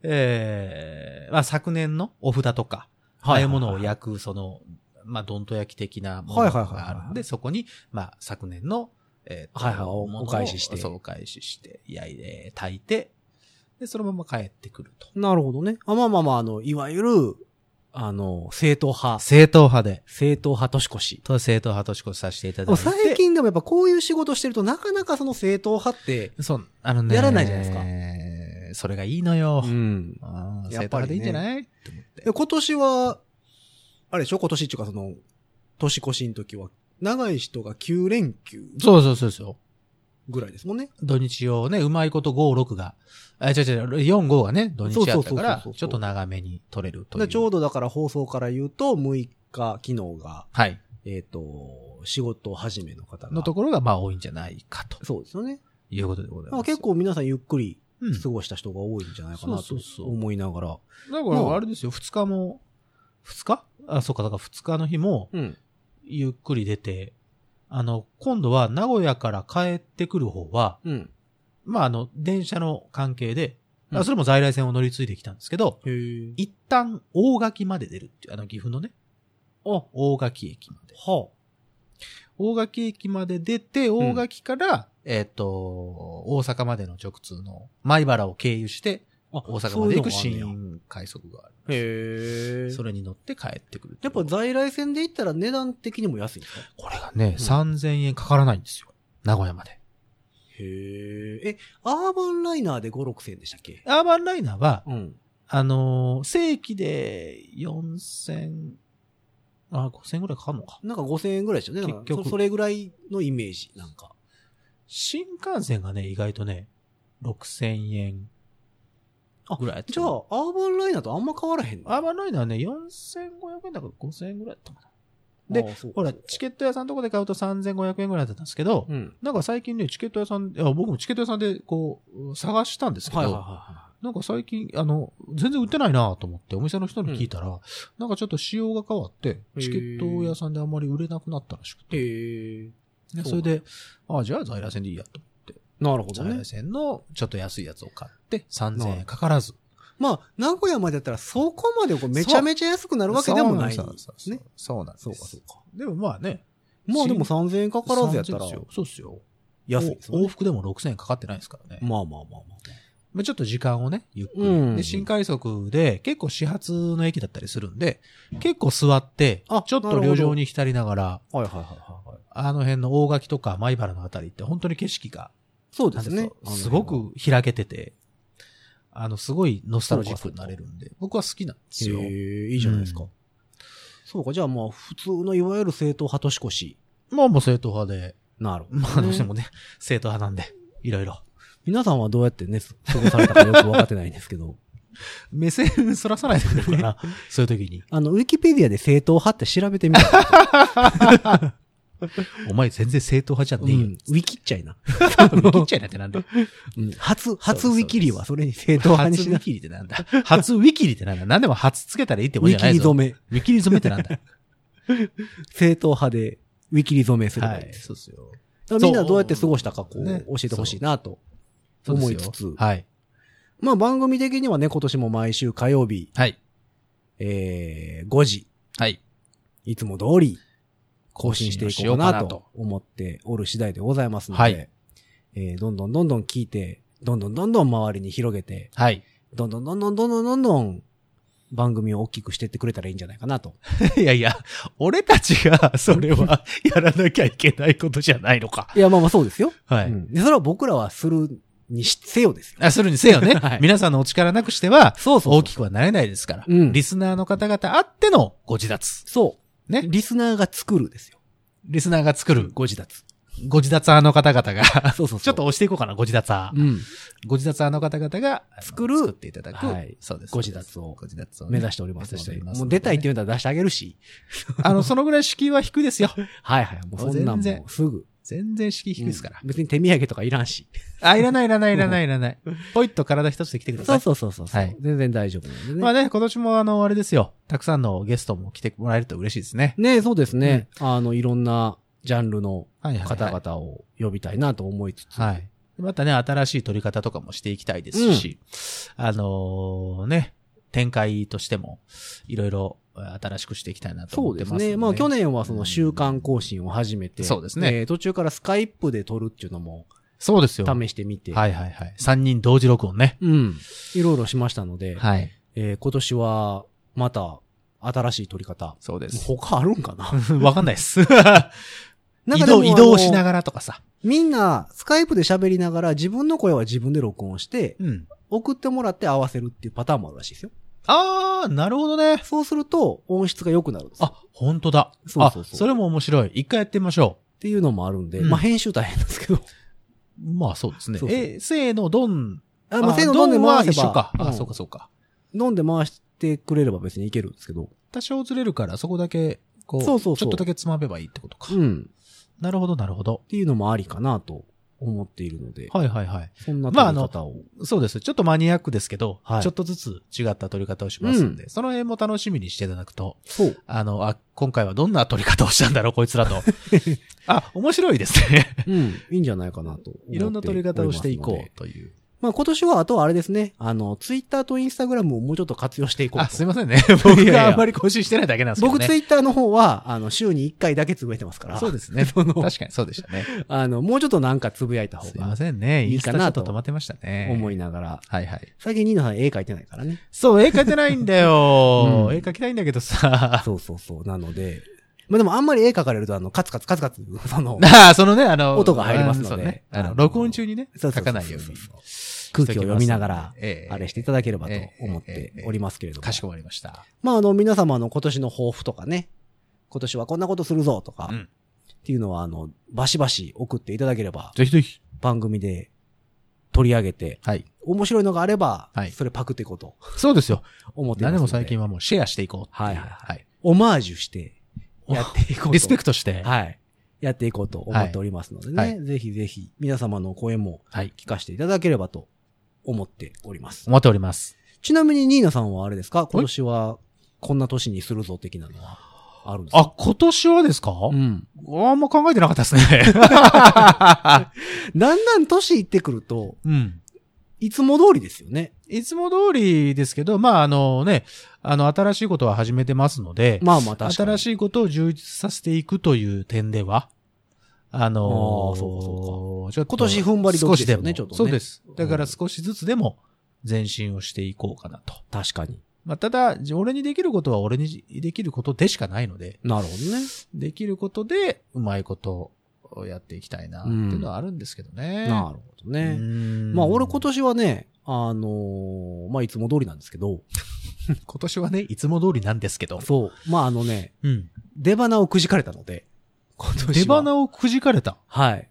S3: ええまあ、昨年のお札とか、ああいうものを焼く、その、まあ、どんと焼き的なもの
S4: はいはいはいはい
S3: があるんで、そこに、まあ、昨年の、えーと
S4: はいはいお
S3: ものを
S4: お返しして
S3: そう、お返しして、焼いて、炊いて、で、そのまま帰ってくると。
S4: なるほどね。あまあまあまあ、あの、いわゆる、あの、正統派、
S3: 正統派で、
S4: 正統派年越し。
S3: と正統派としこさせていた
S4: で
S3: だい
S4: も
S3: て。
S4: 最近でもやっぱこういう仕事してるとなかなかその正統派って、
S3: そう、あのね。
S4: やらないじゃない
S3: ですか。それがいいのよ。
S4: ん。
S3: ああ
S4: や
S3: 正
S4: っぱ
S3: 統派で
S4: りね
S3: いいんじゃないって思って。
S4: 今年は、あれでしょ今年っていうかその、年越しの時は、長い人が9連休
S3: そうそうそうそう。
S4: ぐらいですもんね。
S3: 土日をね、うまいこと5、6が、あ、違う違う、4、5がね、土日やった
S4: そうそうそう
S3: か
S4: そう
S3: ら
S4: そう、
S3: ちょっと長めに取れるとい
S4: で
S3: う。
S4: ちょうどだから放送から言うと、6日、昨日が、
S3: はい。
S4: えっ、と、仕事始めの方が。
S3: のところが、まあ、多いんじゃないか、と
S4: そうですよね。
S3: いうことでござい
S4: ま
S3: ま
S4: あ
S3: す。
S4: 結構皆さんゆっくり
S3: うん、
S4: 過ごした人が多いんじゃないかなと
S3: そうそうそう
S4: 思いながら。
S3: だから、あれですよ、2日も、2日あ、そうか、だから2日の日も、
S4: うん。
S3: ゆっくり出て、あの、今度は名古屋から帰ってくる方は、
S4: うん。
S3: まあ、あの、電車の関係で、
S4: う
S3: あ
S4: ん
S3: それも在来線を乗り継いできたんですけど、
S4: へえ。
S3: 一旦大垣まで出るっていう、あの、岐阜のね、
S4: あ、
S3: 大垣駅まで。
S4: は
S3: 大垣駅まで出て、大垣から、えっ、と、大阪までの直通の米原を経由して、
S4: あ。
S3: 大阪まで行く
S4: そういうのもあんね
S3: 新快速がある。
S4: へえ。
S3: それに乗って帰ってくる
S4: やっぱ在来線で行ったら値段的にも安いんですか
S3: これがね、
S4: うん
S3: 3000円かからないんですよ。名古屋まで。
S4: へえ。え、アーバンライナーで5、6千円でしたっけ
S3: アーバンライナーは、
S4: うん。
S3: あのー正規で4000、あ、5000ぐらいかかるのか。
S4: なんか5千円ぐらいでしたよね。なんか
S3: 結局
S4: そそれぐらいのイメージ、なんか。
S3: 新幹線がね、意外とね、6000円ぐらいやった
S4: じゃあ、アーバンライナーとあんま変わらへんの
S3: アーバンライナーはね、4500円だから5000円ぐらいだったかな。
S4: あそうか
S3: ほら、
S4: そうか
S3: チケット屋さんのとこで買うと3500円ぐらいだったんですけど、
S4: うん。
S3: なんか最近ね、チケット屋さん、いや僕もチケット屋さんでこう、探したんですけど、
S4: はいはいはいは
S3: なんか最近、あの、全然売ってないなと思って、お店の人に聞いたら、なんかちょっと仕様が変わって、
S4: ー
S3: チケット屋さんであんまり売れなくなったらしく
S4: い。
S3: て、
S4: へえ。
S3: でそれで、あじゃあ在来線でいいやと。
S4: なるほど
S3: 在
S4: ね
S3: 来。線のちょっと安いやつを買って、3000円かからず。
S4: まあ、名古屋までやったらそこまでこうめちゃめちゃ安くな
S3: あ
S4: るわけでもない。
S3: そうそうそう
S4: ね。
S3: そうなんです。
S4: そうかそうか。
S3: でもまあね、
S4: まあでも3000円かからずやったら
S3: 3000ですよそうっすよ。
S4: 安いですよ
S3: 往
S4: ね。
S3: 復でも6000円かかってないですからね。
S4: まあまあまあまあ。
S3: まあ、ちょっと時間をね、ゆっくり。
S4: うん
S3: で、新快速で、結構始発の駅だったりするんで、結構座って、
S4: あ
S3: ちょっ
S4: な
S3: と
S4: るほ
S3: 旅
S4: ど
S3: 情に浸りながら、
S4: はいはいはいはいはい。
S3: あの辺の大垣とか米原のあたりって本当に景色が、
S4: そうです
S3: なんて
S4: ね
S3: いうん。ですかすごく開けてて、あの、すごいノスタルジックになれるんで、僕は好きなんですよ。
S4: へえいいじゃないですか。
S3: うん
S4: そうか、じゃあまあ普通のいわゆる正統派年越し。
S3: まあもう正統派で、
S4: なるほどね
S3: まあどうしてもね、正統派なんで、いろいろ。
S4: 皆さんはどうやってね、す過ごされたかよく分かってないんですけど。
S3: 目線そらさないでくれるかな、そういう時に。
S4: あの、ウィキペディアで正統派って調べてみたら。
S3: お前全然正統派じゃ
S4: う
S3: ねえよ
S4: ん。ウィキっちゃいな。
S3: 見切っちゃいなってなんだ
S4: うん初、初ウィキリはそれに正当派にし
S3: 初ウィ
S4: な。
S3: キリってなんだ初ウィキリってなんだ何でも初つけたらいいって
S4: ウ
S3: もんじ
S4: ィ
S3: ゃ
S4: キ
S3: ない
S4: リ
S3: ぞ。
S4: 染め。
S3: ウィキリ染めってなんだ
S4: 正当派で、ウィキリ染めすれば
S3: はい
S4: いで
S3: い。
S4: す。
S3: そうですよ。
S4: だからみんなどうやって過ごしたか、こう、
S3: ね
S4: 教えてほしいなと。
S3: そうです
S4: 思い
S3: よ
S4: つつ
S3: はい。
S4: まあ番組的にはね、今年も毎週火曜日、
S3: はい。
S4: えー、5時、
S3: はい。
S4: いつも通り、更新していこうかなと思っておる次第でございますので、
S3: はい
S4: えー、どんどんどんどん聞いて、どんどんどんどん周りに広げて、
S3: はい。
S4: どんどんどんどんどんどんどんどん番組を大きくしていってくれたらいいんじゃないかなと。
S3: いやいや、俺たち がそれはやらなきゃいけないことじゃないのか。
S4: いや、まあまあそうですよ。
S3: は
S4: う
S3: い。
S4: んで、それは僕らはするにせよですよ。
S3: あするにせよね
S4: はい。
S3: 皆さんのお力なくしては、
S4: そうそうそう
S3: 大きくはなれないですから。
S4: うん
S3: リスナーの方々あってのご自立。
S4: そう。
S3: ね
S4: リスナーが作るですよ。
S3: リスナーが作る
S4: ご自立。
S3: ご自立派の方々が
S4: そうそうそう。
S3: ちょっと、押していこうかな、ご自立派
S4: うん。
S3: ご自立派の方々があの
S4: 作る
S3: っていただく。
S4: はい
S3: そうです。
S4: ご自立を
S3: ご自立をね、
S4: 目指しております
S3: 目
S4: ので。
S3: 指しております
S4: も
S3: の
S4: う
S3: で
S4: 出
S3: ね
S4: たいって言うんだったら出してあげるし。
S3: あの、そのぐらい敷居は低いですよ。
S4: はいはい。もうそんなん
S3: 全
S4: も
S3: 然
S4: うすぐ。
S3: 全然敷居低いですから
S4: う。ん別に手土産とかいらんし。
S3: あ、いらないいらないいらないいらない。ポイッと体一つで来てくださ
S4: そう
S3: い。
S4: そうそうそ
S3: は
S4: う。
S3: い
S4: 全然大丈夫なんでね。
S3: まあね、今年もあの、あれですよ。たくさんのゲストも来てもらえると嬉しいですね。
S4: ねそうですね。あの、いろんなジャンルの
S3: はいはい、
S4: 方々を呼びたいなと思いつつ。
S3: はい。またね、新しい撮り方とかもしていきたいですし、あのーね、展開としても、いろいろ新しくしていきたいなと
S4: そ
S3: 思っ
S4: う
S3: て
S4: です
S3: ます
S4: ね。まあ去
S3: 年、
S4: 年はその週間更新を始めて。
S3: そうですね
S4: えー途中からスカイプで撮るっていうのも
S3: そうですよ。
S4: 試してみて。
S3: はいはいはい。3人同時録音ね。
S4: うん。いろいろしましたので、
S3: はい。
S4: えー今年はまた新しい撮り方。
S3: そうで す。
S4: 他あるんか な
S3: わかんないです。
S4: なん
S3: 移
S4: かでも
S3: 動、移動し
S4: あ
S3: な
S4: の
S3: がらとかさ。
S4: みんな、スカイプで喋りながら自分の声は自分で録音して、
S3: うん。
S4: 送ってもらって合わせるっていうパターンもあるらしいですよ。
S3: あー、なるほどね。
S4: そうすると音質が良くなるんですよ。
S3: あ、本当だ。
S4: そうそうそう
S3: あ、それも面白い。一回やってみましょ
S4: っていうのもあるんで、
S3: うん
S4: まあ編集大変なんですけど。
S3: う。まあそうですね。
S4: そうそう
S3: え、せーの、ドン。
S4: あ、まあ、せーの
S3: ド
S4: 飲んで
S3: ン
S4: 回
S3: は
S4: せば。
S3: 一緒か。あ、
S4: ん
S3: そうかそうか。
S4: 飲んで回してくれれば別にいけるんですけど。
S3: 多少ずれるから、そこだけ、こう、
S4: そうそうそう
S3: ちょっとだけつまめばいいってことか。
S4: うん。
S3: なるほど、なるほど
S4: っ。ていうのもありかなと思っているので、
S3: はいはいはい。
S4: そんな
S3: まああ
S4: 食べ
S3: の
S4: 方を。
S3: そうです。ちょっとマニアックですけど、
S4: はい
S3: ちょっとずつ違った撮り方をしますんで、その辺も楽しみにしていただくと、
S4: そう。
S3: あの、あ、今回はどんな撮り方をしたんだろう、こいつら と。あ、面白いですね。
S4: うん。いいんじゃないかなと思っておりますので。
S3: いろんな撮り方をしていこうという。
S4: まあ今年はあとはあれですね、あの、ツイッターとインスタグラムをもうちょっと活用していこう
S3: あ、
S4: と。
S3: すいませんね。 僕
S4: いやいや
S3: があんまり更新してないだけなんですけど
S4: 僕
S3: ね。
S4: ツイッターの方は、あの、週に1回だけつぶやいてますから。
S3: そうですね。
S4: その
S3: 確かにそうでしたね。
S4: あの、もうちょっとなんかつぶやいた方
S3: すいま
S4: が
S3: せんね。
S4: い
S3: イ
S4: い
S3: ンス
S4: か
S3: タちょ
S4: な
S3: っ
S4: と
S3: と止まってましたね。
S4: 思いながら。
S3: はいはい。
S4: 最近ニーナさん絵描いてないからね。
S3: そう、絵描いてないんだよ。
S4: うん
S3: 絵描きたいんだけど さ。
S4: そうそうそう。なので、まあでもあんまり絵描かれると、あの、カツカツカツカツ、 その、
S3: ああ、そのね、あの、
S4: 音が入りますので
S3: そうね。あ
S4: あの
S3: の、録音中にね、
S4: そう
S3: 書
S4: そうそう
S3: かないように。
S4: 空気を読みながら、
S3: ええ
S4: あれしていただければと思っておりますけれども。
S3: かしこまりました。
S4: まあ、あの、皆様の今年の抱負とかね、今年はこんなことするぞとか、
S3: うん
S4: っていうのは、あの、バシバシ送っていただければ、
S3: ぜひぜひ。
S4: 番組で取り上げて、
S3: はい。
S4: 面白いのがあれば、
S3: はい
S4: それパクっていこうと
S3: そうですよ。
S4: 思っていま
S3: 何
S4: すの
S3: でも最近はもうシェアしていこうってう。
S4: はいはい
S3: はい。
S4: オマージュして、やっていこうと。
S3: リスペクトして。
S4: はい。やっていこうと思っておりますのでね、
S3: はいは
S4: ぜひぜひ、皆様のお声も
S3: はい。
S4: 聞かせていただければと思っております。
S3: 思っております。
S4: ちなみに、ニーナさんはあれですか今年は、こんな年にするぞ的なのは、あるんですか
S3: あ、今年はですか
S4: うん。
S3: あんま考えてなかったですね。
S4: だんだん年いってくると、
S3: うん。
S4: いつも通りですよね。
S3: いつも通りですけど、まあ、あのね、あの、新しいことは始めてますので、
S4: まあまあ確かに。
S3: 新しいことを充実させていくという点では、あの
S4: あーそうかそ
S3: ちょっと
S4: 今年踏ん張り時ですよね
S3: 少し
S4: ちょっとね
S3: そうです。だから少しずつでも前進をしていこうかなと。
S4: 確かに。
S3: まあ、ただ、じ俺にできることは俺にできることでしかないので、
S4: なるほどね。
S3: できることでうまいことをやっていきたいなっていうのはあるんですけどね。
S4: なるほど
S3: う
S4: ね。
S3: ん
S4: まあ俺今年はね、あのーまあいつも通りなんですけど、
S3: 今年はね、いつも通りなんですけど。
S4: そう。まああのね、
S3: うん。
S4: 出花をくじかれたので、今年は。
S3: 出花をくじかれた。
S4: はい。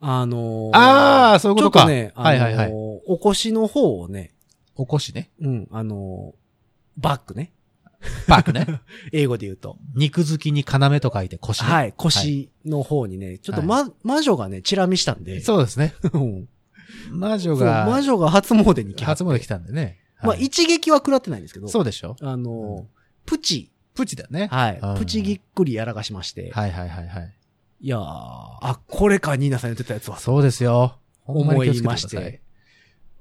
S4: あのー
S3: あーそういうことか
S4: ちょっとね、あのー
S3: はいはいはい
S4: お腰の方をね、
S3: おこしね。
S4: うん、あのーバックね。
S3: パーク ね。
S4: 英語で言うと。
S3: 肉好きに要と書いて腰ね。
S4: はい。腰の方にね、ちょっとま、魔女がね、チラ見したんで。
S3: そうですね。
S4: うん
S3: 魔女
S4: そう
S3: が、
S4: 魔女が初詣に来はっ
S3: 初
S4: て
S3: 詣来たんでね。
S4: まあ、
S3: はい
S4: 一撃は食らってないんですけど。
S3: そうでしょ
S4: あのー、プチ。
S3: プチだね。
S4: は
S3: うん
S4: い。プチぎっくりやらかしまして。
S3: はいはいはいはい。
S4: いやーあ、これか、ニーナさん言ってたやつは。
S3: そうですよ。ほんに気をつけくださ
S4: 思いまして。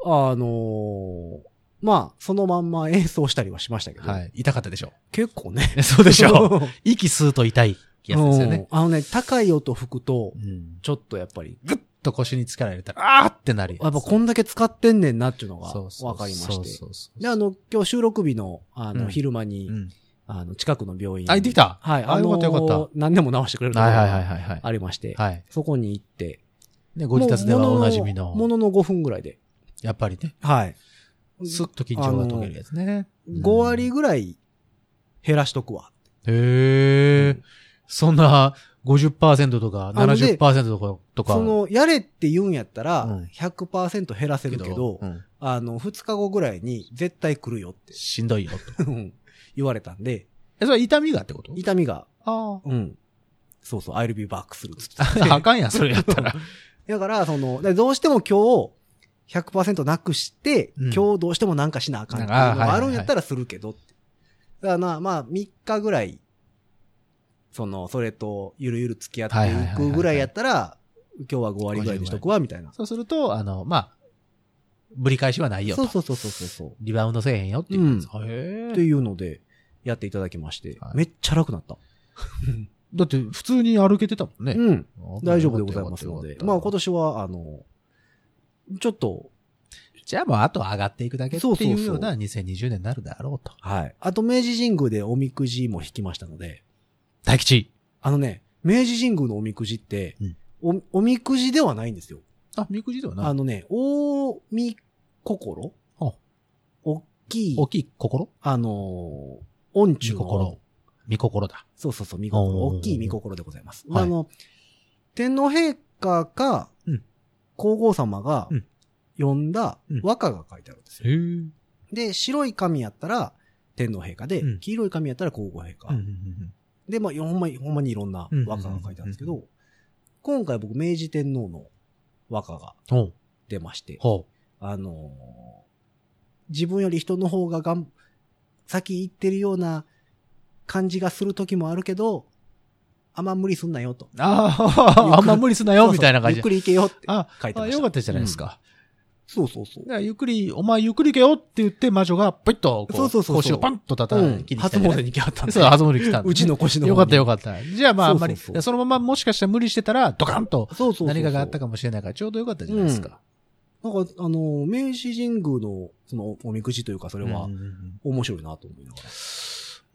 S4: あのーまあ、そのまんま演奏したりはしましたけど。
S3: はい。痛かったでしょ。
S4: 結構ね。
S3: そうでし ょ。
S4: う。
S3: 息吸うと痛いやつですよね。
S4: あのね、高い音吹くと
S3: う、ん。
S4: ちょっとやっぱり、
S3: ぐっと腰に力入れたら、あーってなるやつ。
S4: やっぱこんだけ使ってんねんなっていうのが
S3: そうそう
S4: 分かりま
S3: そう
S4: して。
S3: そうそう
S4: で、あの、今日収録日の、あ
S3: うん
S4: の、昼間に
S3: う、ん。
S4: あの、近くの病院に。
S3: あ、行ってきた
S4: はい、
S3: あ、よかったよかった。
S4: のー何でも治してくれるの
S3: はいはいはい
S4: が
S3: はいはい。
S4: ありまして、
S3: はい。
S4: そこに行って。
S3: ね、ご自宅ではおなじみの、
S4: ものの5分ぐらいで。
S3: やっぱりね、
S4: はい。
S3: スッと緊張が解けるやつね。
S4: 5割ぐらい減らしとくわ。
S3: へえ、そんな50%とか
S4: あので
S3: 70%とか、とか。
S4: その、やれって言うんやった
S3: う
S4: ら
S3: ん、
S4: 100%減らせるけど、
S3: うん
S4: あの、2日後ぐらいに絶対来るよって
S3: しんどいよと。
S4: うん言われたんで、
S3: え、それ痛みがってこと
S4: 痛みが、
S3: あ
S4: うん。そうそう、I'll be back するっつって
S3: あ。あかんやん、それやったら。
S4: だから、その、でどうしても今日、100%なくして、
S3: うん
S4: 今日どうしてもなんかしなあかんっていう
S3: あー
S4: の
S3: はい
S4: が
S3: は
S4: あ
S3: いはい
S4: るんやったらするけどって。だからな、まあ、3日ぐらい、その、それと、ゆるゆる付き合って
S3: はいはいはい
S4: い
S3: はい
S4: くぐらいやったら、今日は5割ぐらいにしとくわ、みたいな。
S3: そうすると、あの、まあ、ぶり返しはないよ
S4: そう
S3: と。
S4: そうそうそうそうそ
S3: リバウンドせえへんよっていうやつ。
S4: う。
S3: へ
S4: っ
S3: え
S4: ていうので、やっていただきまして、
S3: はい
S4: めっちゃ楽になった。
S3: だって、普通に歩けてたもんね。
S4: うん。
S3: あ
S4: 大丈夫でございますので。まあ、今。年は、あの、ちょっと、
S3: じゃあもう、あとは上がっていくだけって
S4: そうそう
S3: い
S4: そうう
S3: ような2020年になるだろうと。
S4: はい。あと、明治神宮でおみくじも引きましたので、
S3: 大吉。
S4: あのね、明治神宮のおみくじって、お、おみくじではないんですよ。
S3: あ、みくじではない。
S4: あのね、大み心
S3: ほ
S4: 大きい、
S3: 大きい心
S4: あのー、音
S3: み
S4: 中
S3: 心
S4: の、。
S3: み心だ。
S4: そうそうそう、み心、
S3: おー
S4: 大きいみ心でございます。
S3: はい
S4: あの、天皇陛下か、
S3: うん
S4: 皇后様が
S3: うん、
S4: 呼んだ
S3: うん
S4: 和歌が書いてあるんですよ。
S3: へえ。
S4: で、白い紙やったら、天皇陛下で、
S3: うん
S4: 黄色い紙やったら皇后陛下。
S3: うんうんうん
S4: で、まあ、ほんまに、ほんまにいろんな和歌が書いてあるんですけ
S3: うん
S4: ど、今回僕、明治天皇の和歌が
S3: うんほう。
S4: 出まして、
S3: ほ
S4: あのー自分より人の方ががん、先行ってるような感じがする時もあるけど、あんま無理すんなよと。
S3: う。あ
S4: ゆっく
S3: あ、
S4: り
S3: あんま無理すな
S4: そう
S3: よ、
S4: そう
S3: みたいな感じ
S4: ゆっ。くり行けよって
S3: あ、
S4: 書いて
S3: あ
S4: ました。
S3: よかったじゃないですか。
S4: そうそうそう
S3: だ。からゆっくり、お前ゆっくり行けよって言って、魔女が、ぽいっと、こ
S4: そうそうそうそう
S3: 腰をパンと叩
S4: うん
S3: いて、
S4: 初詣に来はったん
S3: そう、初詣来たんだ
S4: うちの腰の方に
S3: よかったよかった。じゃあまあ、あんまり、
S4: そうそうそう
S3: そのままもしかしたら無理してたら、ドカンと、
S4: そうそうそうそう。
S3: 何かがあったかもしれないから、ちょうどよかったじゃないですか。
S4: なんか、あのー明治神宮の、その、おみくじというか、それは
S3: うん、うんうん
S4: 面白いなと思いながら。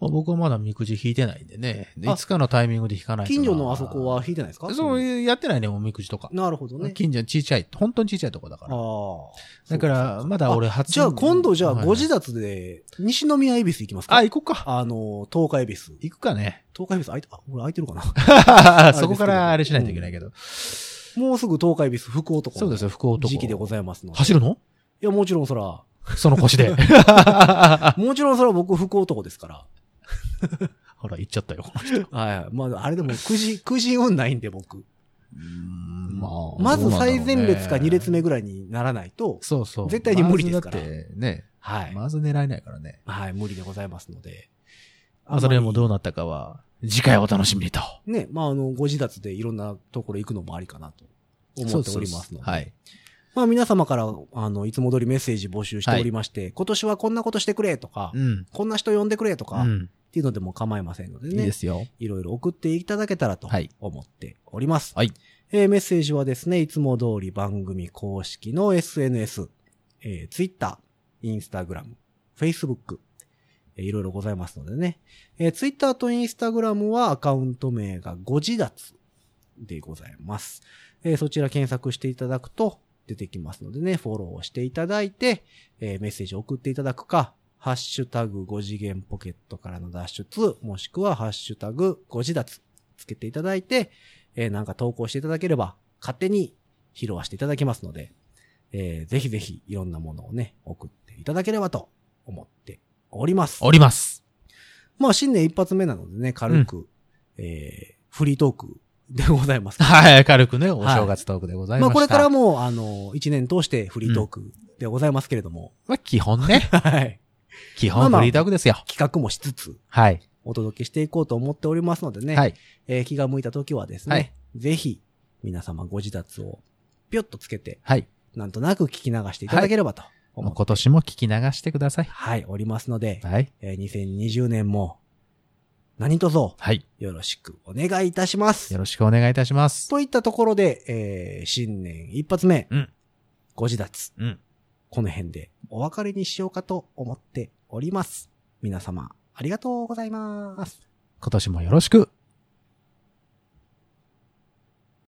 S3: まあ僕はまだみくじ引いてないんでね。で
S4: あ
S3: いつかのタイミングで引かないとな
S4: 近所のあそこは引いてないですか
S3: そう、やってないね、おみくじとか。
S4: なるほどね。
S3: 近所、ちっちゃい、本当にちっちゃいとこだか
S4: あ
S3: ら。
S4: あ。
S3: だから、まだ俺初
S4: じゃあ今度じゃあ
S3: はい
S4: ご自宅で、西宮恵比寿行きますか
S3: あ、行こうか。
S4: あの、東海恵比寿。
S3: 行くか ね。
S4: 東海恵比寿空いて、あ、俺空いてるかな
S3: そこからあれしないといけないけど。
S4: もうすぐ東海恵比寿福男の
S3: そうですよ、福男。
S4: 時期でございますので。
S3: 走るの
S4: いや、もちろんそら、
S3: その腰 で。
S4: もちろんそら僕福男ですから。
S3: ほら、行っちゃったよ。
S4: はい。まあ、あれでも くじ、くじ運ないんで僕。
S3: ま
S4: まず最前列か2列目ぐらいにならないと、
S3: そうそう。
S4: 絶対に無理ですから
S3: まずだってね、
S4: はい。
S3: まず狙えないからね。
S4: はい、無理でございますので。
S3: まあ、それも
S4: う
S3: どうなったかは、次回お楽しみにと。
S4: ね、まあ、あの、ご自宅でいろんなところ行くのもありかなと思っておりますので。
S3: はい。
S4: まあ皆様から、あの、いつも通りメッセージ募集しておりまして、今年はこんなことしてくれとか、
S3: うん。
S4: こんな人呼んでくれとか、
S3: う
S4: っ
S3: ん。
S4: ていうのでも構いませんので
S3: いい
S4: ね、
S3: ですよ。
S4: いろいろ送っていただけたらと
S3: はい
S4: 思っております。
S3: はい
S4: えーメッセージはですね、いつも通り番組公式の SNS、えー、Twitter、Instagram、Facebook、えーいろいろございますのでね、えー、Twitter と Instagram はアカウント名がご自立でございます。えーそちら検索していただくと出てきますのでね、フォローをしていただいて、えーメッセージを送っていただくか、ハッシュタグ5次元ポケットからの脱出、もしくはハッシュタグ5次脱つけていただいて、えーなんか投稿していただければ、勝手に披露はしていただきますので、えーぜひぜひいろんなものをね、送っていただければと思っております。
S3: おります。
S4: まあ、新年一発目なのでね、軽く、えー、フリートークでございま す。
S3: はい、軽くね、お正月トークでございま
S4: ま
S3: した。
S4: あ、これからも、あの、一年通してフリートークでございますけれ ども、
S3: まあ、基本 ね。
S4: はい。
S3: 基本フリートークですよ。
S4: 企画もしつつ、
S3: はい。
S4: お届けしていこうと思っておりますのでね、
S3: はい。
S4: えー気が向いた時はですね、
S3: はい
S4: ぜひ、皆様ご自立を、ぴょっとつけて、
S3: はい。
S4: なんとなく聞き流していただければと思
S3: もう
S4: って、
S3: 今年も聞き流してください。
S4: はい、おりますので、
S3: はい。
S4: えー2020年も、何卒
S3: はい。
S4: よろしくお願いいたします
S3: よ。ろしくお願いいたします。
S4: といったところで、えー新年一発目、
S3: うん
S4: ご自立、
S3: うん。
S4: この辺でお別れにしようかと思っております。皆様、ありがとうございます。
S3: 今年もよろしく